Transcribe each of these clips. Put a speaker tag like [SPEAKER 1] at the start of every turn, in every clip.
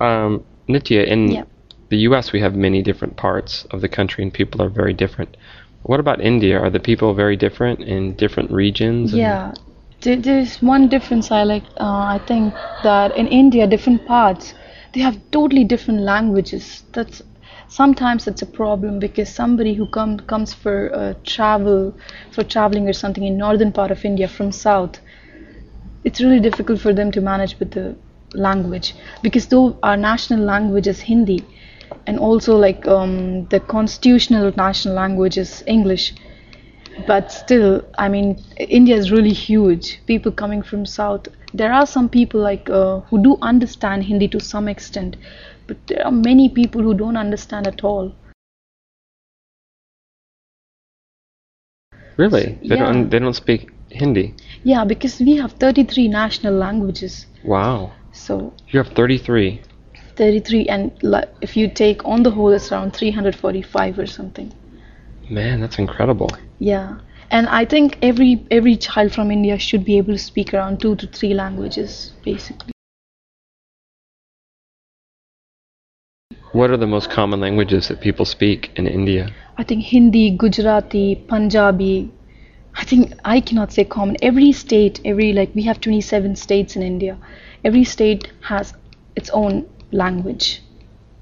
[SPEAKER 1] um, Nitya, in
[SPEAKER 2] Yeah.
[SPEAKER 1] the U.S., we have many different parts of the country, and people are very different. What about India? Are the people very different in different regions? and-
[SPEAKER 2] Yeah, there, there's one difference I like. Uh, I think that in India, different parts they have totally different languages. That's sometimes it's a problem because somebody who come comes for uh, travel, for traveling or something in northern part of India from south, it's really difficult for them to manage with the language because though our national language is Hindi, and also like um, the constitutional national language is English but still i mean india is really huge people coming from south there are some people like uh, who do understand hindi to some extent but there are many people who don't understand at all
[SPEAKER 1] Really? They
[SPEAKER 2] Yeah.
[SPEAKER 1] don't. They don't speak Hindi.
[SPEAKER 2] yeah because we have 33 national languages
[SPEAKER 1] Wow.
[SPEAKER 2] so
[SPEAKER 1] You have 33.
[SPEAKER 2] 33 and like, if you take on the whole it's around 345 or something
[SPEAKER 1] Man, that's incredible.
[SPEAKER 2] yeah and i think every every child from india should be able to speak around two to three languages basically
[SPEAKER 1] What are the most common languages that people speak in India?
[SPEAKER 2] I think Hindi, Gujarati, Punjabi. I think I cannot say common. Every state, every like we have 27 states in India. Every state has its own language,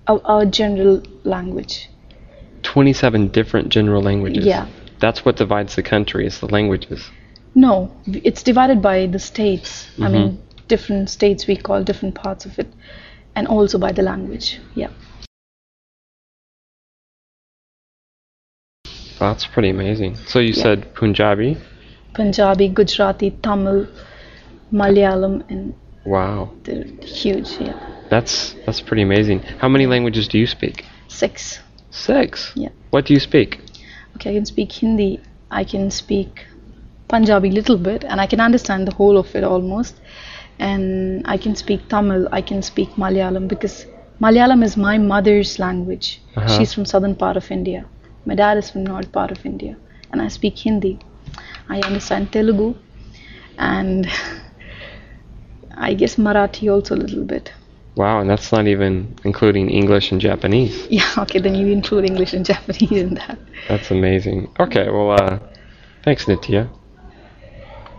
[SPEAKER 2] our, our general language.
[SPEAKER 1] 27 different general languages.
[SPEAKER 2] Yeah.
[SPEAKER 1] That's what divides the country. Is the languages.
[SPEAKER 2] No, it's divided by the states. I mean, different states we call different parts of it, and also by the language. Yeah.
[SPEAKER 1] That's pretty amazing. So you
[SPEAKER 2] Yeah.
[SPEAKER 1] said Punjabi.
[SPEAKER 2] Punjabi, Gujarati, Tamil, Malayalam, and
[SPEAKER 1] Wow.
[SPEAKER 2] they're huge. Yeah.
[SPEAKER 1] That's that's pretty amazing. How many languages do you speak?
[SPEAKER 2] Six.
[SPEAKER 1] Six.
[SPEAKER 2] Yeah.
[SPEAKER 1] What do you speak?
[SPEAKER 2] okay i can speak hindi i can speak punjabi little bit and i can understand the whole of it almost and i can speak tamil i can speak malayalam because malayalam is my mother's language
[SPEAKER 1] Uh-huh.
[SPEAKER 2] she's from southern part of india my dad is from north part of india and i speak hindi i understand telugu and i guess marathi also a little bit
[SPEAKER 1] Wow, and that's not even including English and Japanese.
[SPEAKER 2] yeah okay then you include english and japanese in that
[SPEAKER 1] That's amazing. Okay, well, uh, thanks, Nitya.